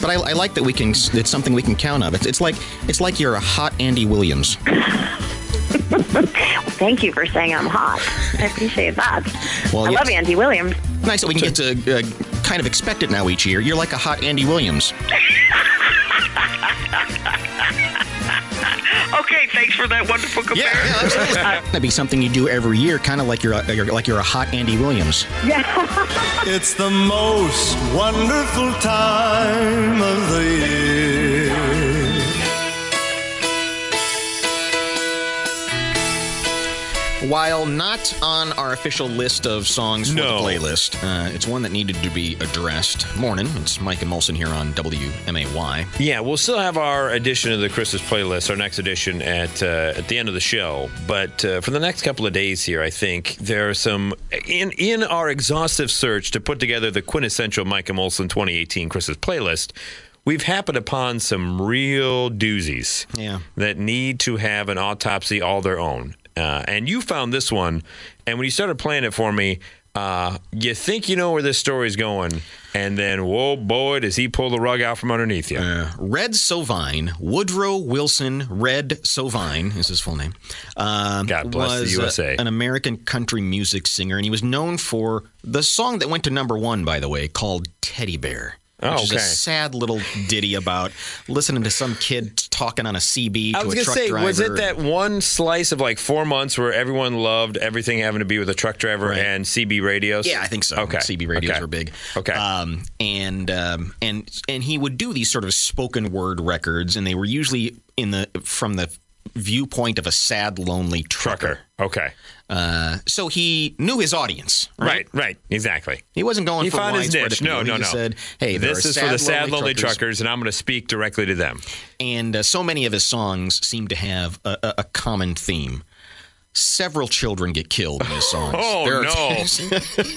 But I, I like that we can. It's something we can count on. It's, it's like it's like you're a hot Andy Williams. Thank you for saying I'm hot. I appreciate that. Well, I yes. love Andy Williams. Nice that we can get to uh, kind of expect it now each year. You're like a hot Andy Williams. Okay, thanks for that wonderful Yeah, comparison. yeah, absolutely. That'd be something you do every year, kind of like you're, a, you're like you're a hot Andy Williams. It's the most wonderful time of the year. While not on our official list of songs for No. the playlist, uh, it's one that needed to be addressed. Morning, it's Mike and Molson here on WMAY. Yeah, we'll still have our edition of the Christmas playlist, our next edition at uh, at the end of the show. But uh, for the next couple of days here, I think there are some in in our exhaustive search to put together the quintessential Micah Molson 2018 Christmas playlist. We've happened upon some real doozies Yeah. that need to have an autopsy all their own. Uh, and you found this one, and when you started playing it for me, uh, you think you know where this story's going, and then whoa, boy, does he pull the rug out from underneath you! Red Sovine, Woodrow Wilson Red Sovine is his full name. Um, God bless the was, USA. an American country music singer, and he was known for the song that went to number one, by the way, called Teddy Bear. Oh, which is a okay. sad little ditty about listening to some kid talking on a CB I to was a gonna truck say, driver. was it that one slice of like four months where everyone loved everything having to be with a truck driver Right. and CB radios? Yeah, I think so. Okay, CB radios okay. were big. Okay. Um, and um, and and he would do these sort of spoken word records, and they were usually in the from the viewpoint of a sad, lonely trucker. Trucker. Okay. Uh, so he knew his audience, right? Right. Right. Exactly. He wasn't going He for found his widespread niche. No, appeal. he no, no. just said, "Hey, there this are is sad, for the sad, lonely truckers. truckers, and I'm going to speak directly to them. And uh, so many of his songs seem to have a, a, a common theme. Several children get killed in his songs. Oh, There are no.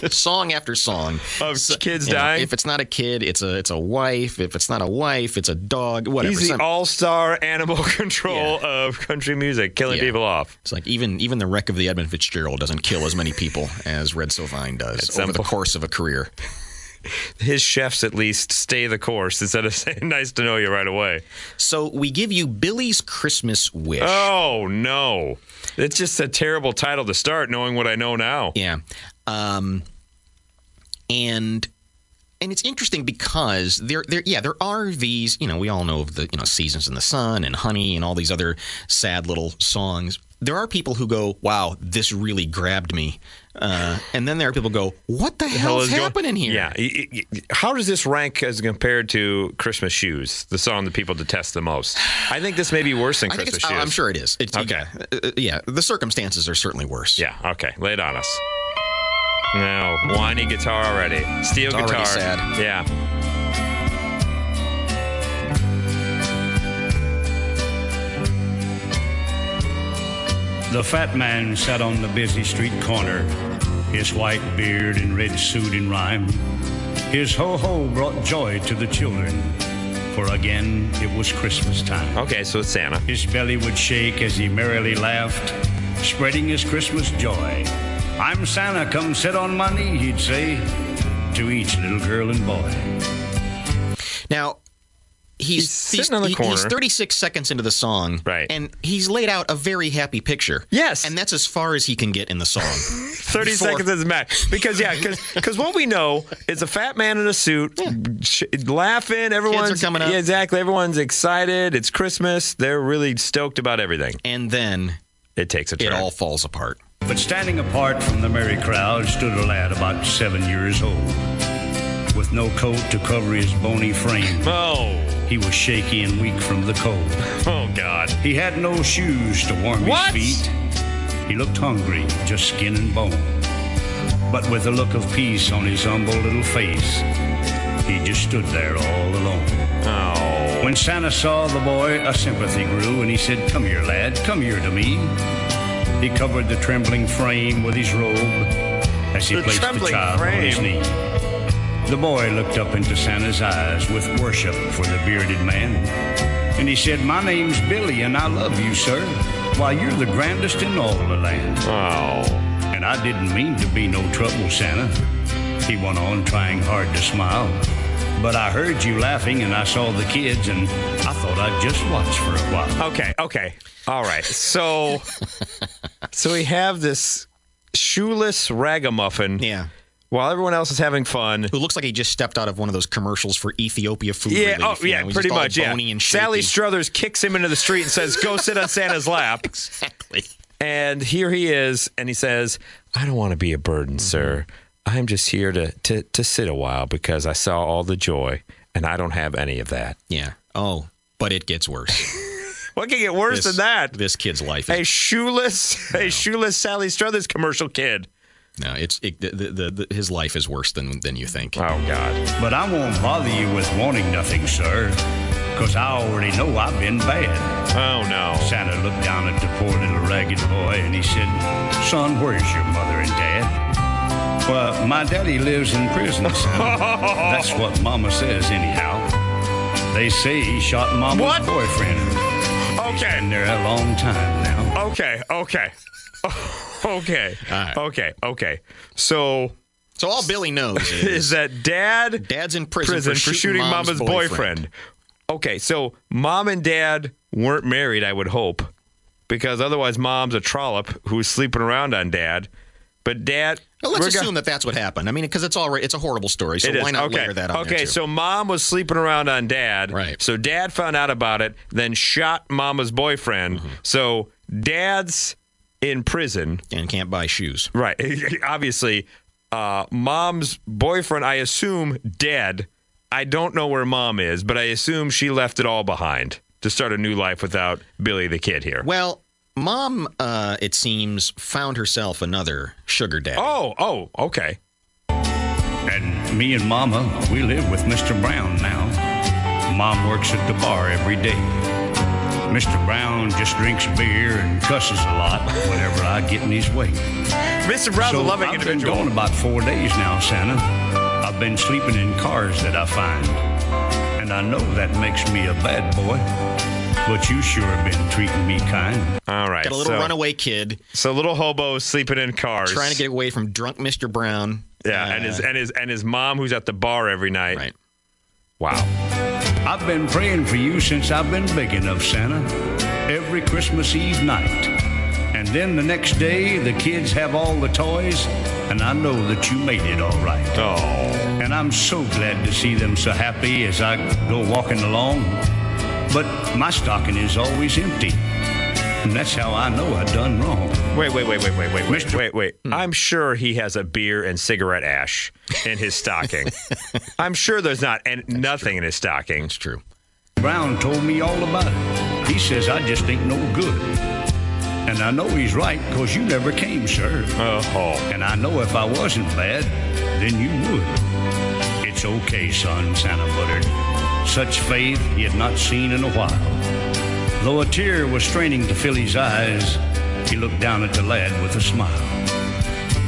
song after song Of kids you know, dying? If it's not a kid, it's a it's a wife. If it's not a wife, it's a dog. Whatever. He's the Some- all-star animal control of country music, killing Yeah. people off. It's like even even the wreck of the Edmund Fitzgerald doesn't kill as many people as Red Sovine does some over the point. course of a career. His chefs at least stay the course instead of saying "nice to know you" right away. So we give you Billy's Christmas wish. Oh no, it's just a terrible title to start, knowing what I know now. Yeah. Um, and and it's interesting because there there yeah there are these you know we all know of the you know seasons in the sun and honey and all these other sad little songs. There are people who go, "Wow, this really grabbed me," uh, and then there are people who go, "What the hell is is going- happening here?" Yeah. Y- y- y- How does this rank as compared to Christmas Shoes, the song that people detest the most? I think this may be worse than I think Christmas it's, I- Shoes. I'm sure it is. It's, Okay. Yeah, Uh, uh, yeah, the circumstances are certainly worse. Yeah. Okay. Lay it on us. No, whiny guitar already. Steel already guitar. sad. Yeah. The fat man sat on the busy street corner, his white beard and red suit in rhyme. His ho ho brought joy to the children, for again it was Christmas time. Okay, so it's Santa. His belly would shake as he merrily laughed, spreading his Christmas joy. I'm Santa, come sit on my knee, he'd say to each little girl and boy. Now, he's, He's sitting on the he- He's corner. 36 seconds into the song, Right. And he's laid out a very happy picture. Yes. and that's as far as he can get in the song. 30 Before- seconds is max. Because, yeah, because what we know is a fat man in a suit sh- laughing. Everyone's coming up. Yeah, exactly. Everyone's excited. It's Christmas. They're really stoked about everything. and then It takes a it turn. all falls apart. But standing apart from the merry crowd stood a lad about seven years old. With no coat to cover his bony frame, Oh, he was shaky and weak from the cold. oh, God. He had no shoes to warm What? his feet. He looked hungry, just skin and bone. But with a look of peace on his humble little face, he just stood there all alone. Oh. When Santa saw the boy, a sympathy grew, and he said, Come here, lad, come here to me. He covered the trembling frame with his robe as he The placed the trembling child on his frame. knee. The boy looked up into Santa's eyes with worship for the bearded man, and he said, My name's Billy, and I love you, sir. Why, you're the grandest in all the land. Oh. And I didn't mean to be no trouble, Santa. He went on, trying hard to smile. But I heard you laughing and I saw the kids and I thought I'd just watch for a while. Okay, okay. All right. So so we have this shoeless ragamuffin. Yeah. While everyone else is having fun. Who looks like he just stepped out of one of those commercials for Ethiopia food Yeah, relief. oh, you yeah, know, he's pretty just all much. Yeah. bony and shaky. Sally Struthers kicks him into the street and says, "Go sit on Santa's lap." exactly. And here he is, and he says, I don't want to be a burden, Mm-hmm. sir. I'm just here to, to, to sit a while because I saw all the joy and I don't have any of that. Yeah. Oh, but it gets worse. What can get worse than that? This kid's life. a Is, shoeless, a shoeless Sally Struthers commercial kid. no, it's it, the, the, the, his life is worse than than you think. Oh God! But I won't bother you with wanting nothing, sir, 'cause I already know I've been bad. Oh no! Santa looked down at the poor little ragged boy and he said, Son, where's your mother and dad? Well, my daddy lives in prison, son. That's what Mama says, anyhow. They say he shot Mama's What? boyfriend. He's Okay. been there a long time now. Okay, okay, okay, right. okay, okay. So So all Billy knows is is that dad? dad's in prison, prison for, for, shooting mama's, boyfriend. boyfriend. Okay, so mom and dad weren't married, I would hope, because otherwise mom's a trollop who's sleeping around on dad. But dad, Well, let's we're go- assume that that's what happened. I mean, because it's all right. It's a horrible story. So It is. why not okay. layer that on Okay, there, too? so mom was sleeping around on dad. Right. So dad found out about it, then shot mama's boyfriend. So dad's in prison. and can't buy shoes. Right. Obviously, uh, mom's boyfriend, I assume, dead. I don't know where mom is, but I assume she left it all behind to start a new life without Billy the kid here. Well, mom, uh, it seems, found herself another sugar daddy. Oh, oh, okay. And me and Mama, we live with Mr. Brown now. Mom works at the bar every day. Mr. Brown just drinks beer and cusses a lot whenever I get in his way. Mr. Brown's a loving I've individual. been gone about four days now, Santa. I've been sleeping in cars that I find. And I know that makes me a bad boy. But you sure have been treating me kind. All right. Got a little so, runaway kid So little hobo sleeping in cars. trying to get away from drunk Mr. Brown. Uh, Yeah, and his and his and his mom who's at the bar every night. Right. Wow. I've been praying for you since I've been big enough, Santa. Every Christmas Eve night. And then the next day, the kids have all the toys, and I know that you made it all right. Oh. And I'm so glad to see them so happy as I go walking along. But my stocking is always empty. And that's how I know I done wrong. Wait, wait, wait, wait, wait, wait, wait, Mr. wait, wait. I'm sure he has a beer and cigarette ash in his stocking. I'm sure there's not and nothing in his stocking. It's true. Brown told me all about it. He says I just ain't no good. And I know he's right, 'cause you never came, sir. Oh, And I know if I wasn't bad, then you would. It's okay, son, Santa muttered. Such faith he had not seen in a while. Though a tear was straining to fill his eyes, he looked down at the lad with a smile.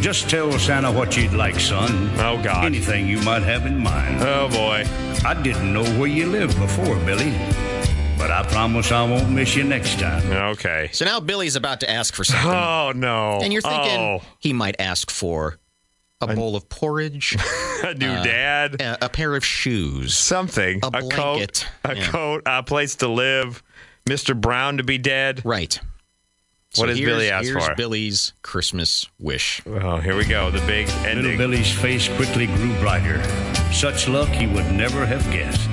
Just tell Santa what you'd like, son. Oh, God. Anything you might have in mind. oh boy. I didn't know where you lived before, Billy. But I promise I won't miss you next time. Okay. So now Billy's about to ask for something. Oh no. and you're thinking oh, he might ask for a bowl of porridge, a new dad, a, a pair of shoes. something, a coat, blanket. a Yeah. coat, a place to live, Mr. Brown to be dead. Right. So What does here's- Billy ask here's for? Billy's Christmas wish. Oh, here we go. The big Little ending. Billy's face quickly grew brighter. Such luck he would never have guessed.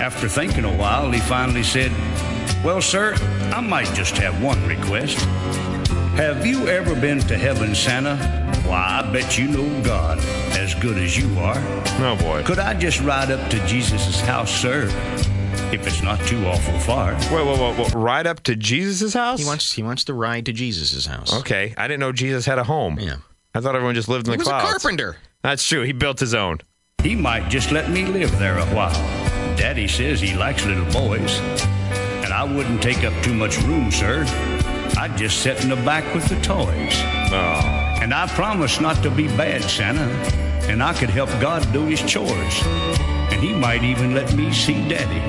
After thinking a while, he finally said, Well, sir, I might just have one request. Have you ever been to heaven, Santa? Why, I bet you know God as good as you are. Oh boy. Could I just ride up to Jesus' house, sir? If it's not too awful far. Wait, wait, wait, wait. Right up to Jesus' house. He wants he wants to ride to Jesus' house. Okay, I didn't know Jesus had a home. Yeah. I thought everyone just lived in He the was clouds. a carpenter. That's true. He built his own. He might just let me live there a while. Daddy says he likes little boys. And I wouldn't take up too much room, sir. I'd just sit in the back with the toys. Oh. And I promise not to be bad, Santa. And I could help God do his chores. And he might even let me see Daddy.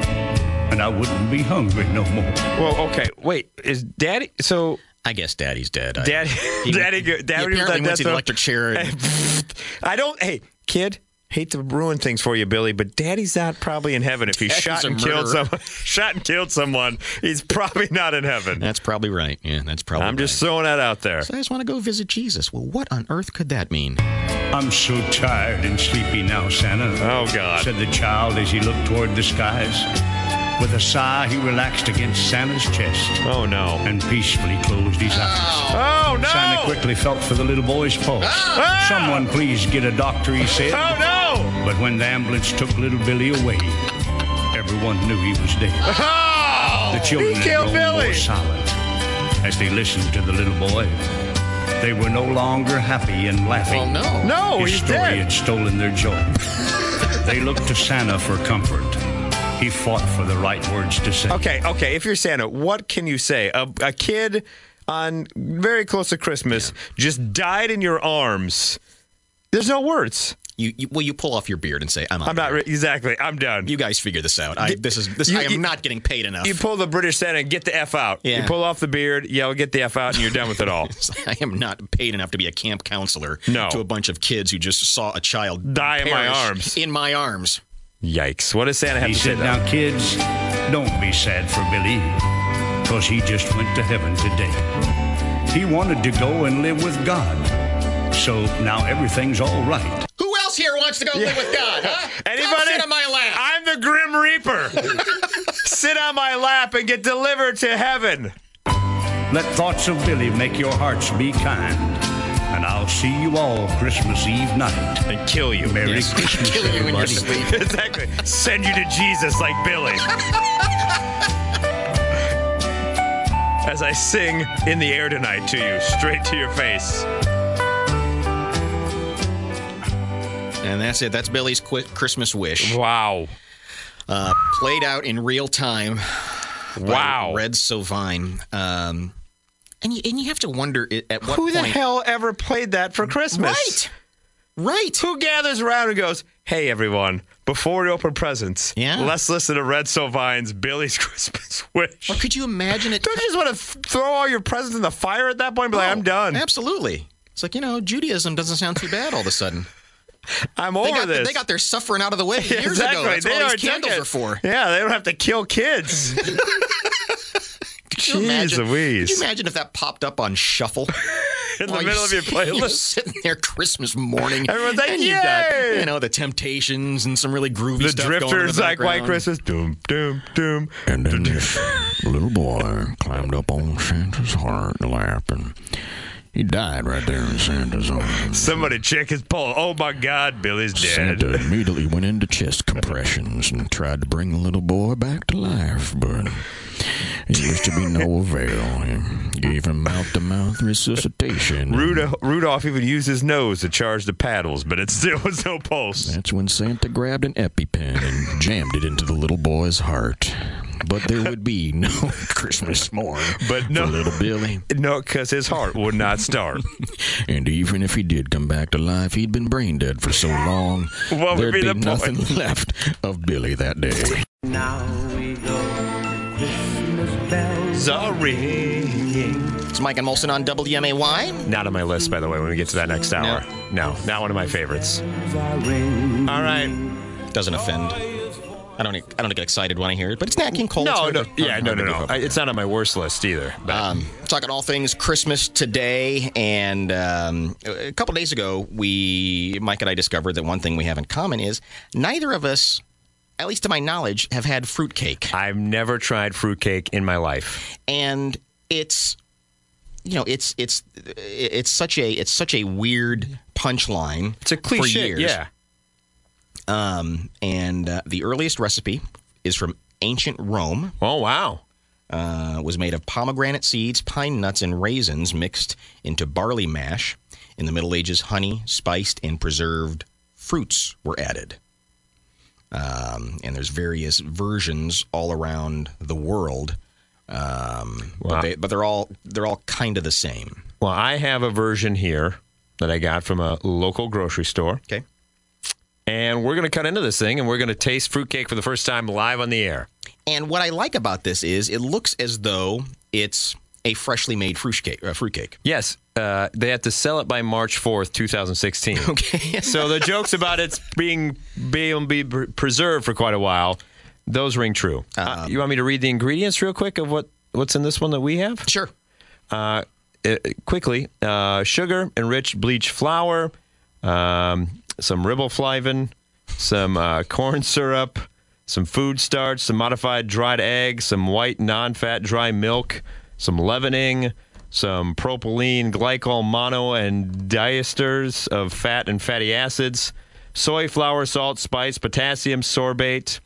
And I wouldn't be hungry no more. Well, okay. Wait, is Daddy? So I guess Daddy's dead. I- Daddy, He- Daddy, go- he Daddy was apparently like, went that's to the a- electric chair. And, I don't. Hey, kid, Hate to ruin things for you, Billy, but Daddy's not probably in heaven. If he Daddy's shot a and killed murderer. someone, shot and killed someone, he's probably not in heaven. That's probably right. Yeah, that's probably. I'm just right. throwing that out there. So I just want to go visit Jesus. Well, what on earth could that mean? I'm so tired and sleepy now, Santa. Oh, God. said the child as he looked toward the skies. With a sigh, he relaxed against Santa's chest Oh no. and peacefully closed his eyes. Oh no. Santa quickly felt for the little boy's pulse. Ah! Someone please get a doctor, he said. Oh no. But when the ambulance took little Billy away, everyone knew he was dead. Oh. The children he had killed grown Billy. more silent as they listened to the little boy. They were no longer happy and laughing. Well, no. No, His he's story dead. had stolen their joy. they looked to Santa for comfort. He fought for the right words to say. Okay, okay. If you're Santa, what can you say? A, a kid on very close to Christmas just died in your arms. There's no words. You, you well, you pull off your beard and say, "I'm, I'm not re- exactly. I'm done. You guys figure this out. I, this is this. You- I am you- not getting paid enough. You pull the British Santa and get the F out. Yeah. You pull off the beard, yell, get the F out, and you're done with it all. I am not paid enough to be a camp counselor No. to a bunch of kids who just saw a child Die in my perish arms. In my arms. Yikes. What does Santa have He to say? said, to that? Now, kids, don't be sad for Billy, because he just went to heaven today. He wanted to go and live with God. So now everything's all right. Who else here wants to go live with God? Huh? Come Anybody? sit on my lap. I'm the Grim Reaper. Sit on my lap and get delivered to heaven. Let thoughts of Billy make your hearts be kind. And I'll see you all Christmas Eve night. And kill you. Merry Yes. Christmas, Kill you in your everybody. sleep. exactly. Send you to Jesus like Billy. As I sing in the air tonight to you, straight to your face. And that's it. That's Billy's qu- Christmas wish, Wow. uh, played out in real time. by Wow. Red Sovine. Um, and you, and you have to wonder i- at what Who point. the hell ever played that for Christmas? Right. Right. Who gathers around and goes, "Hey, everyone! Before we open presents, Yeah. let's listen to Red Sovine's Billy's Christmas Wish." Or could you imagine it? Don't you just want to f- throw all your presents in the fire at that point? And be like, "I'm done. Absolutely. It's like you know, Judaism doesn't sound too bad all of a sudden. I'm They over got, this." they got their suffering out of the way Yeah, years ago. That's what all these candles taking- are for. Yeah, they don't have to kill kids. Could you Jeez imagine, Louise. Could you imagine if that popped up on shuffle in the While middle of your sit- You're playlist. sitting there Christmas morning. Everyone's like, and you've got "Yay!" you know the Temptations and some really groovy The stuff. going in the drifters like White background. Christmas. Doom, doom, doom. And then this little boy climbed up on Santa's heart and laughed, and he died right there in Santa's arms. Somebody check his pulse. Oh my God, Billy's dead. Santa immediately went into chest compressions and tried to bring the little boy back to life, but it was to be no avail. He gave him mouth to mouth resuscitation. Rudolph, Rudolph even used his nose to charge the paddles, but it still was no pulse. That's when Santa grabbed an EpiPen and jammed it into the little boy's heart. But there would be no Christmas morn But no- for little Billy. No, because his heart would not start. And even if he did come back to life, he'd been brain dead for so long. What would there'd be be, the point? nothing left of Billy that day. bells are ringing. It's Mike and Molson on WMAY. Not on my list, by the way, when we get to that next hour. No, not one of my favorites. All right. Doesn't offend. I don't. e, I don't get excited when I hear it, but it's Nat King Cole. No, It's no, hard to- yeah, hard no, to no, give no. up. I- It's not on my worst list either. But Um, talking all things Christmas today, and um, a couple days ago, we Mike and I discovered that one thing we have in common is neither of us, at least to my knowledge, have had fruitcake, I've never tried fruitcake in my life. and it's you know it's it's it's such a it's such a weird punchline. It's a cliche. For years. Yeah. Um, and uh, the earliest recipe is from ancient Rome. Oh wow. uh, was made of pomegranate seeds, pine nuts, and raisins mixed into barley mash. In the Middle Ages, honey, spiced, and preserved fruits were added. Um, and there's various versions all around the world, um, but, Wow. they, but they're all they're all kind of the same. Well, I have a version here that I got from a local grocery store, Okay, and we're gonna cut into this thing, and we're gonna taste fruitcake for the first time live on the air. And what I like about this is it looks as though it's a freshly made fruitcake. Uh, fruitcake. Yes, uh, they have to sell it by March fourth, two thousand sixteen. Okay. so the jokes about it's being being be pre- preserved for quite a while, those ring true. Uh, you want me to read the ingredients real quick of what what's in this one that we have? Sure. Uh, uh, quickly, uh, sugar, enriched bleached flour, um, some riboflavin, some uh, corn syrup, some food starch, some modified dried egg, some white non-fat dry milk, some leavening, some propylene, glycol, mono, and diesters of fat and fatty acids, soy flour, salt, spice, potassium sorbate,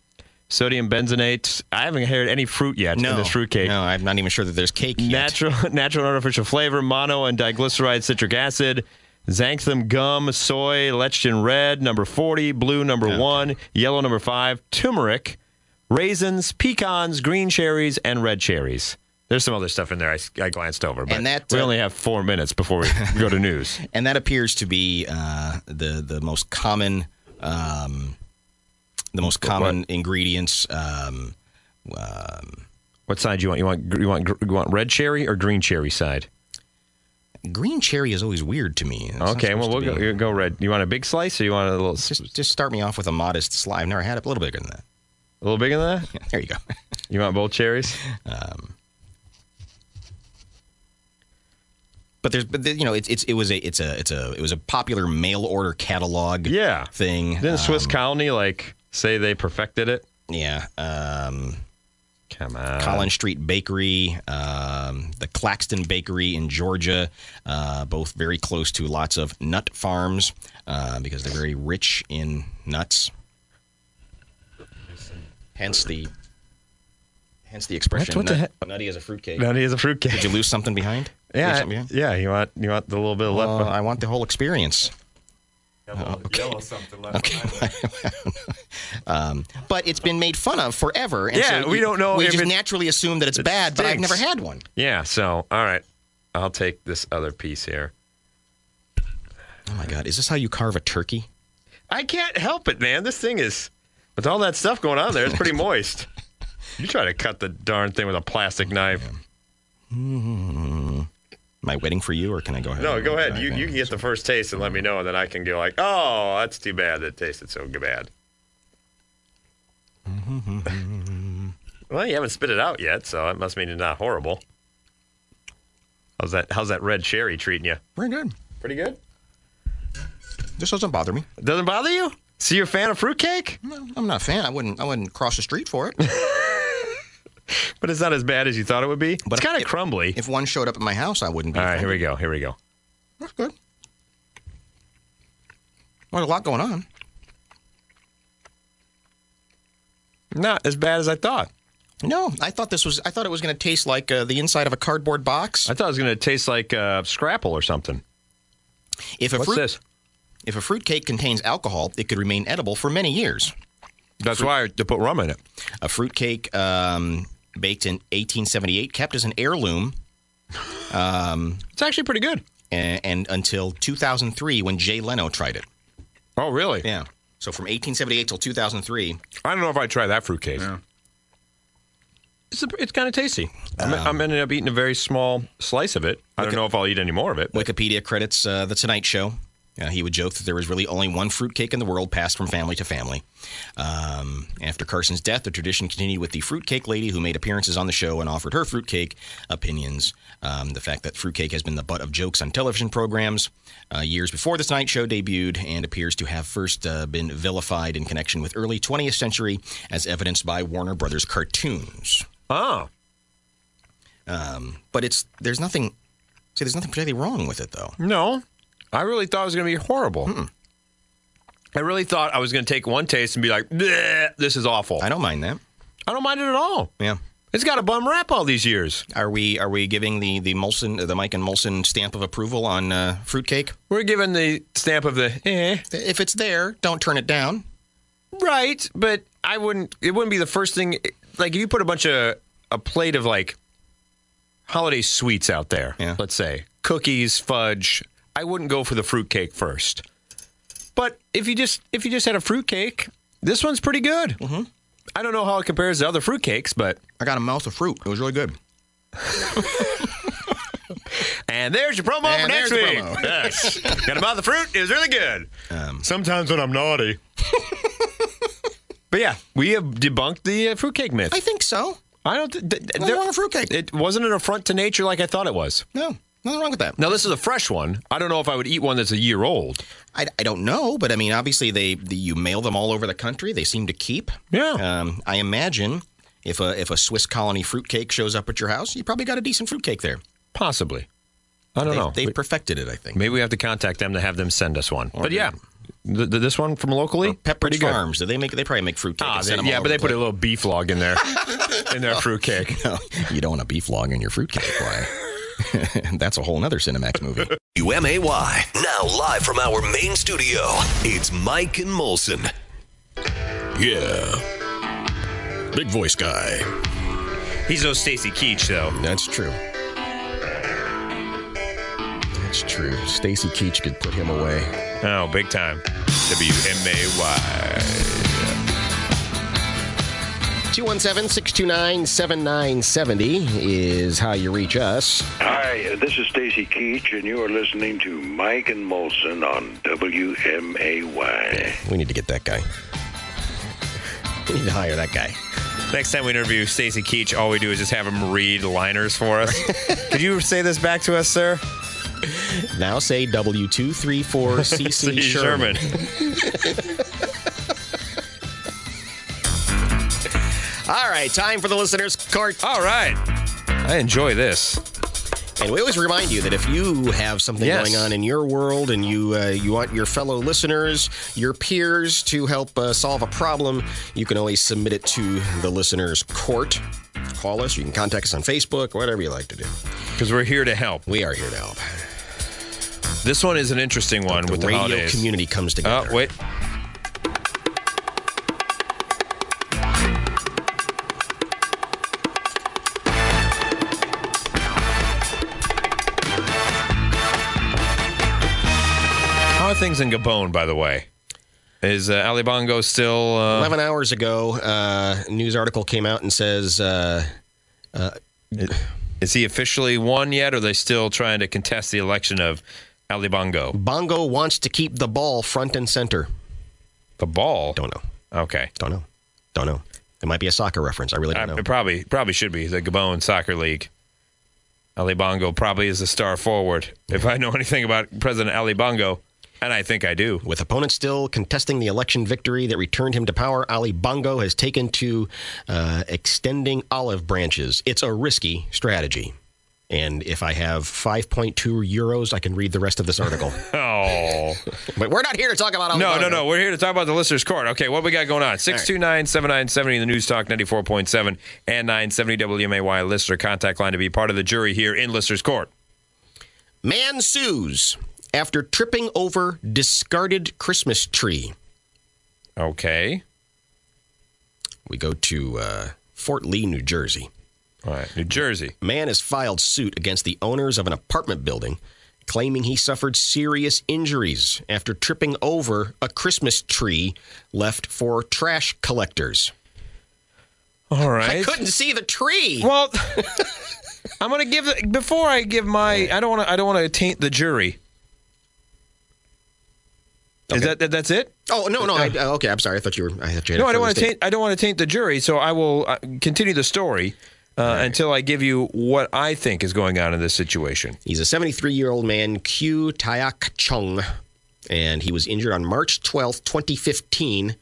sodium benzoate. I haven't heard any fruit yet in this fruitcake. No, I'm not even sure that there's cake yet. Natural, natural and artificial flavor, mono and diglyceride citric acid, xanthan gum, soy, lechten red, number 40, blue, number one, yellow, number five, turmeric, raisins, pecans, green cherries, and red cherries. There's some other stuff in there I, I glanced over, but And that, we uh, only have four minutes before we go to news. and that appears to be uh, the the most common um, the most common ingredients. Um, What side do you want? You want gr- you want gr- you want red cherry or green cherry side? green cherry is always weird to me. It's not Okay, well supposed we'll to go, be- we'll go red. You want a big slice or you want a little s- Just just start me off with a modest slide. I've never had it a little bigger than that. a little bigger than that? Yeah, there you go. You want both cherries? But there's, but the, you know, it's it's it was a it's a it's a it was a popular mail order catalog. Yeah. Thing. Didn't Swiss Um, Colony like say they perfected it? yeah. Um, Come on. Collins Street Bakery, um, the Claxton Bakery in Georgia, uh, both very close to lots of nut farms uh, because they're very rich in nuts. Hence the hence the expression What- what the nut- he- "nutty as a fruitcake." Now he has a fruitcake. Did you lose something behind? Leave yeah, something Oh, behind? yeah. You want you want the little bit of Well, left? I want the whole experience. oh, Okay. Um, But it's been made fun of forever. And Yeah, so we you- don't know We if just it- naturally assume that it's it bad, but I've stinks. never had one. yeah. So all right, I'll take this other piece here. Oh my God! Is this how you carve a turkey? I can't help it, man. This thing is with all that stuff going on there. It's pretty moist. You try to cut the darn thing with a plastic knife. Am I waiting for you, or can I go ahead? No, go ahead. You Okay. you can get the first taste and let me know, and then I can go like, oh, that's too bad. That tasted so g- bad. Mm-hmm. well, you haven't spit it out yet, so it must mean it's not horrible. How's that? How's that red cherry treating you? Very good. Pretty good. This doesn't bother me. Doesn't bother you? So you're a fan of fruitcake? No, I'm not a fan. I wouldn't. I wouldn't cross the street for it. But it's not as bad as you thought it would be. But it's kind of if- crumbly. if one showed up at my house, I wouldn't be. All right, here we go. Here we go. That's good. Well, there's a lot going on. Not as bad as I thought. No, I thought this was. I thought it was going to taste like uh, the inside of a cardboard box. I thought it was going to taste like uh, scrapple or something. If a What's fruit, this? if a fruit cake contains alcohol, it could remain edible for many years. That's why they put rum in it. A fruit cake um, baked in 1878 kept as an heirloom It's actually pretty good. and, and until 2003 when Jay Leno tried it. Oh, really? Yeah. So from 1878 till 2003. I don't know if I'd try that fruitcake. It's, a- it's kind of tasty. I'm, I'm ended up eating a very small slice of it. I don't know if I'll eat any more of it. but- Wikipedia credits uh, The Tonight Show. Uh, he would joke that there was really only one fruitcake in the world passed from family to family. Um, after Carson's death, the tradition continued with the fruitcake lady who made appearances on the show and offered her fruitcake opinions. Um, the fact that fruitcake has been the butt of jokes on television programs uh, years before The Tonight Show debuted and appears to have first uh, been vilified in connection with early 20th century as evidenced by Warner Brothers cartoons. Oh, But it's there's nothing see there's nothing particularly wrong with it though. no. I really thought it was going to be horrible. I really thought I was going to take one taste and be like, "Bleh, this is awful. I don't mind that. I don't mind it at all. Yeah. It's got a bum rap all these years. Are we are we giving the the Molson the Mike and Molson stamp of approval on uh, fruitcake? We're giving the stamp of the eh. If it's there, don't turn it down. Right, but I wouldn't. It wouldn't be the first thing. Like if you put a bunch of a plate of like holiday sweets out there, Yeah. let's say cookies, fudge. I wouldn't go for the fruitcake first. But if you just if you just had a fruitcake, this one's pretty good. Mm-hmm. I don't know how it compares to other fruitcakes, but I got a mouth of fruit. It was really good. And there's your promo And for next there's week. your promo. Um. Yes. Got about the fruit. It was really good. Sometimes when I'm naughty. but yeah, we have debunked the uh, fruitcake myth. I think so. I don't. Th- th- Nothing there- wrong with fruitcake. It wasn't an affront to nature like I thought it was. No, nothing wrong with that. Now this is a fresh one. I don't know if I would eat one that's a year old. I, I don't know, but I mean, obviously they the, you mail them all over the country. They seem to keep. Yeah. Um, I imagine if a if a Swiss colony fruitcake shows up at your house, you probably got a decent fruitcake there. Possibly. I don't They, know. They've perfected it, I think. Maybe we have to contact them to have them send us one. but yeah, th- th- this one from locally, pretty Pepperidge good. Farms. Do they make? They probably make fruitcake. Ah, and they- send 'em yeah, all but they over put a the little beef log in there, in their fruitcake. place. you don't want a beef log in your fruitcake, why? That's a whole other Cinemax movie. UMAY. Now live from our main studio, it's Mike and Molson. Yeah. Big voice guy. He's no Stacy Keach though. That's true. That's true. Stacy Keach could put him away. Oh, big time. W M A Y. 217 629 7970 is how you reach us. Hi, this is Stacy Keach, and you are listening to Mike and Molson on WMAY. We need to get that guy. We need to hire that guy. Next time we interview Stacy Keach, all we do is just have him read liners for us. Could you say this back to us, sir? Now say W234CC Sherman. All right, time for the listener's court. All right. I enjoy this. And we always remind you that if you have something Yes. going on in your world and you uh, you want your fellow listeners, your peers to help uh, solve a problem, you can always submit it to the listener's court. Call us. You can contact us on Facebook, whatever you like to do. Because we're here to help. We are here to help. This one is an interesting one with the radio holidays. community comes Oh, together. wait. How are things in Gabon, by the way? Is uh, Ali Bongo still. Uh, 11 hours ago, uh, a news article came out and says uh, is he officially won yet, or are they still trying to contest the election of Ali Bongo? Bongo wants to keep the ball front and center. The ball? Don't know. Okay. Don't know. Don't know. It might be a soccer reference. I really I don't know. It probably probably should be the Gabon Soccer League. Ali Bongo probably is the star forward. If I know anything about President Ali Bongo, and I think I do. With opponents still contesting the election victory that returned him to power, Ali Bongo has taken to uh, extending olive branches. It's a risky strategy. And if I have 5.2 euros, I can read the rest of this article. Oh but we're not here to talk about Ali no, Bongo. no, no! We're here to talk about the listeners' court. Okay, what we got going on? Six two nine seven nine seventy. The News Talk ninety four point seven and nine seventy WMAY listener contact line to be part of the jury here in listeners' court. Man sues after tripping over discarded Christmas tree. Okay, We go to uh, Fort Lee, New Jersey. all right, New Jersey. Man has filed suit against the owners of an apartment building, claiming he suffered serious injuries after tripping over a Christmas tree left for trash collectors. All right. I couldn't see the tree. Well, I'm gonna give the, before I give my. I don't want to. I don't want to taint the jury. Is that, that that's it? Oh no, no. I, uh, okay, I'm sorry. I thought you were. I thought you had No, a I further don't want to statement. taint. I don't want to taint the jury. So I will uh, continue the story uh, until I give you what I think is going on in this situation. He's a 73 year old man, Q Tayak Chung, and he was injured on March 12th, 2015.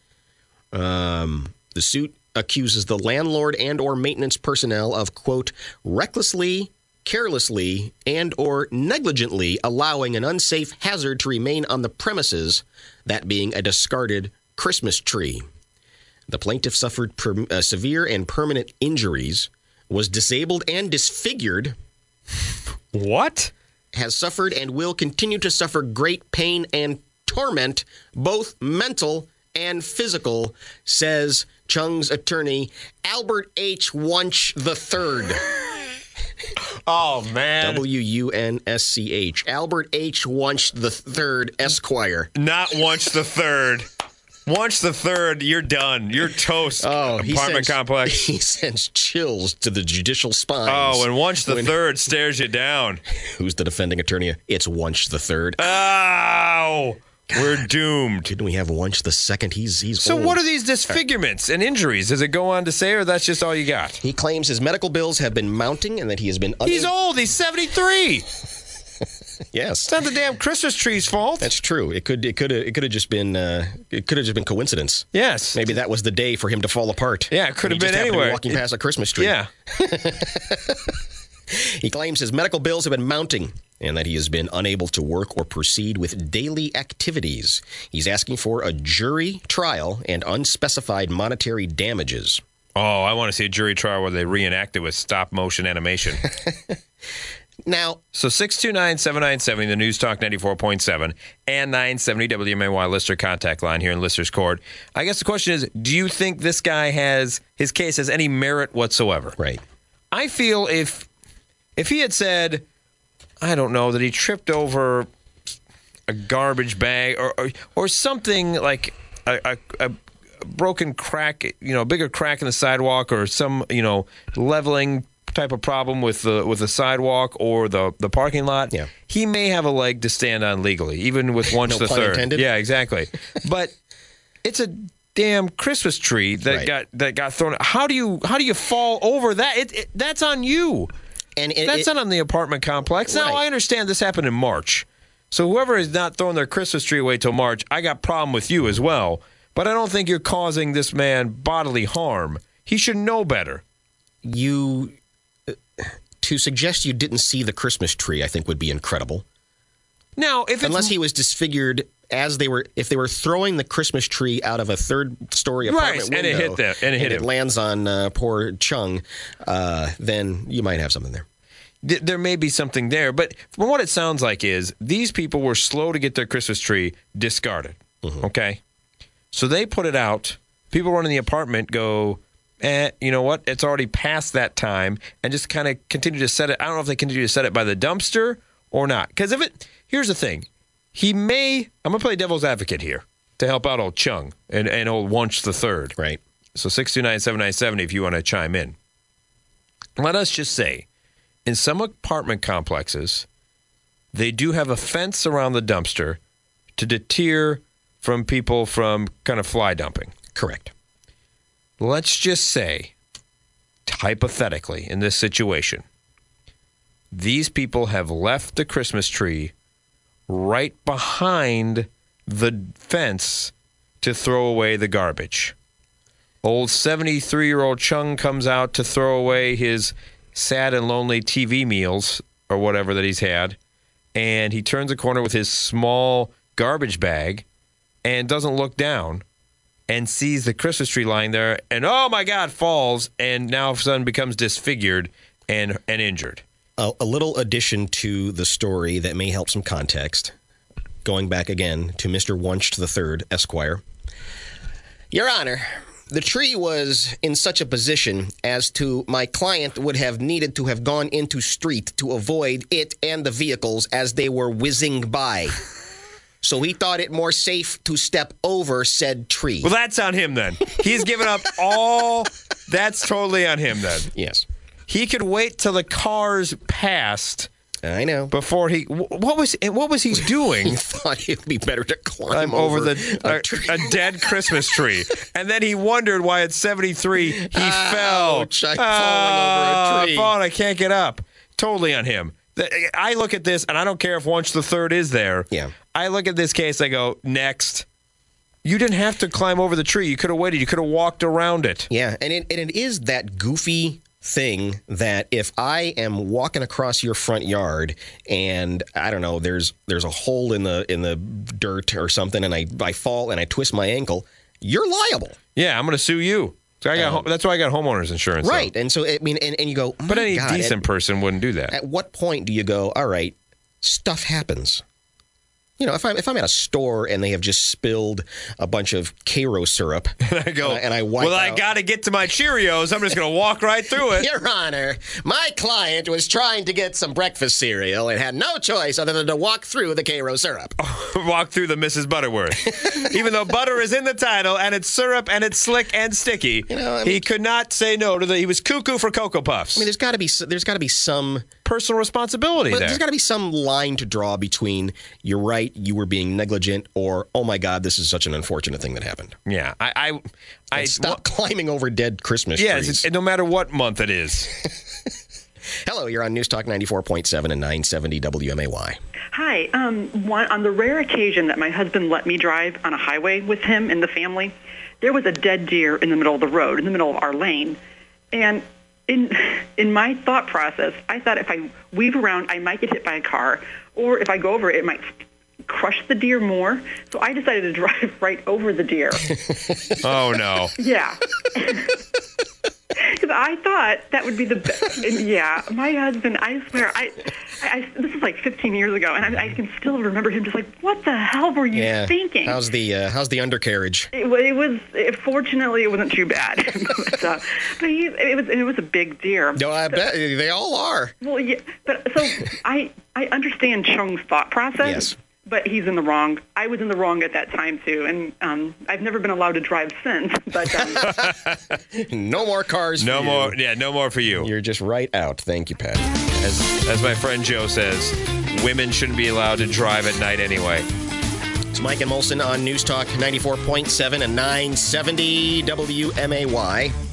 Um, the suit accuses the landlord and or maintenance personnel of quote recklessly carelessly and or negligently allowing an unsafe hazard to remain on the premises that being a discarded christmas tree the plaintiff suffered per, uh, severe and permanent injuries was disabled and disfigured What? has suffered and will continue to suffer great pain and torment, both mental and physical, says Chung's attorney, Albert H. Wunsch III. Oh man! W U N S C H. Albert H. Wunsch III, Esquire. Not once the third. Once the third, you're done. You're toast. Oh, he apartment sends- complex. He sends chills to the judicial spines. Oh, and once the When- third stares you down. Who's the defending attorney? It's Wunsch the third. Ow! We're doomed. Didn't we have Wunsch the second? He's he's. So, old. what are these disfigurements and injuries? Does it go on to say, or that's just all you got? He claims his medical bills have been mounting and that he has been. una- He's old. He's 73. It's Yes, not the damn Christmas tree's fault. that's true. It could it could it could have just been uh, it could have just been coincidence. yes. Maybe that was the day for him to fall apart. Yeah, it could And have he just been happened to be anywhere. Walking past a Christmas tree. Yeah. He claims his medical bills have been mounting and that he has been unable to work or proceed with daily activities. He's asking for a jury trial and unspecified monetary damages. Oh, I want to see a jury trial where they reenact it with stop motion animation. Now, So 629-7970, the News Talk 94.7 and 970 WMAY Lister contact line here in Lister's Court. I guess the question is, do you think this guy has his case has any merit whatsoever? right. I feel if if he had said, I don't know, that he tripped over a garbage bag or or, or something like a, a, a broken crack, you know, a bigger crack in the sidewalk or some, you know, leveling type of problem with the with the sidewalk or the the parking lot. Yeah. He may have a leg to stand on legally, even with once No the pun third. intended. Yeah, exactly. but it's a damn Christmas tree that Right. got that got thrown. How do you how do you fall over that? It, it that's on you. And it, that's it- not on the apartment complex. Now Right. I understand this happened in March, so whoever is not throwing their Christmas tree away till March, I got problem with you as well. But I don't think you're causing this man bodily harm. He should know better. you uh, to suggest you didn't see the Christmas tree, I think would be incredible. Now, if it's Unless he was disfigured as they were if they were throwing the Christmas tree out of a third story Right, apartment and window it hit the- and it hit him. lands on uh, poor Chung, uh, then you might have something there. th- there may be something there. But from what it sounds like is these people were slow to get their Christmas tree discarded. Okay, so they put it out. People running the apartment go, eh, you know what? It's already past that time, and just kind of continue to set it. I don't know if they continue to set it by the dumpster or not. Because if it, here's the thing, he may. I'm gonna play devil's advocate here to help out old Chung and and old Wunsch the third. Right. So 629-7970 if you want to chime in. Let us just say, in some apartment complexes, they do have a fence around the dumpster to deter from people from kind of fly dumping. Correct. Let's just say, hypothetically, in this situation, these people have left the Christmas tree right behind the fence to throw away the garbage. Old 73 year old Chung comes out to throw away his sad and lonely TV meals or whatever that he's had. And he turns a corner with his small garbage bag and doesn't look down and sees the Christmas tree lying there and oh my God, falls and now all of a sudden becomes disfigured and, and injured. a, a little addition to the story that may help some context. Going back again to Mr. Wunsch III, Esquire. Your Honor, the tree was in such a position as to my client would have needed to have gone into street to avoid it and the vehicles as they were whizzing by. So he thought it more safe to step over said tree. Well, that's on him then. He's given up all. That's totally on him then. yes. He could wait till the cars passed I know. before he. wh- What was and what was he doing? He thought it would be better to climb I'm over, the a a, tree. a dead Christmas tree, and then he wondered why at 73 he Ouch, fell. I'm falling over a Ah, tree. falling, I can't get up. Totally on him. Th- I look at this, and I don't care if once the third is there. Yeah. I look at this case. I go next. You didn't have to climb over the tree. You could have waited. You could have walked around it. Yeah, and it, and it is that goofy thing that if I am walking across your front yard and I don't know, there's there's a hole in the in the dirt or something, and I I fall and I twist my ankle, you're liable, Yeah, I'm going to sue you. So I got ho- that's why I got homeowners insurance. though. Oh. right? And so I mean, and, and you go, But "My any God," decent person wouldn't do that. At, at what point do you go, all right, stuff happens? You know, if I'm if I'm at a store and they have just spilled a bunch of Cairo syrup, I go and I, and I wipe Well, I out- got to get to my Cheerios. I'm just going to walk right through it. Your Honor, my client was trying to get some breakfast cereal and had no choice other than to walk through the Cairo syrup. Oh. walk through the Mrs. Butterworth. Even though butter is in the title and it's syrup and it's slick and sticky, know, I he mean- could not say no to the. He was cuckoo for Cocoa Puffs. I mean, there's got to be s- there's got to be some personal responsibility but there. there's got to be some line to draw between you're right, you were being negligent, or oh my God, this is such an unfortunate thing that happened. yeah, I, I, I And stop climbing over dead Christmas Yeah, trees. it's, no matter what month it is. Hello, you're on News Talk 94.7 and 970 WMAY. Hi. Um, one, on the rare occasion that my husband let me drive on a highway with him and the family, there was a dead deer in the middle of the road, in the middle of our lane. And in, in my thought process, I thought if I weave around, I might get hit by a car, or if I go over it, it might crush the deer more. So I decided to drive right over the deer. Oh no! Yeah. Because I thought that would be the best. Yeah, my husband. I swear, I, I, I- this is like 15 years ago, and I, I can still remember him just like, "What the hell were you Yeah. thinking?" How's the uh, how's the undercarriage? it, wa- it was. It, fortunately, it wasn't too bad. but uh, but he, it was. It was a big deer. No, I bet they all are. Well, yeah. But so I, I understand Chung's thought process. Yes. But he's in the wrong. I was in the wrong at that time too, and um, I've never been allowed to drive since. But um, No more cars. No for you. more. Yeah, no more for you. You're just right out. Thank you, Pat. As, as my friend Joe says, women shouldn't be allowed to drive at night anyway. It's Mike and Molson on News Talk 94.7 and 970 WMAY.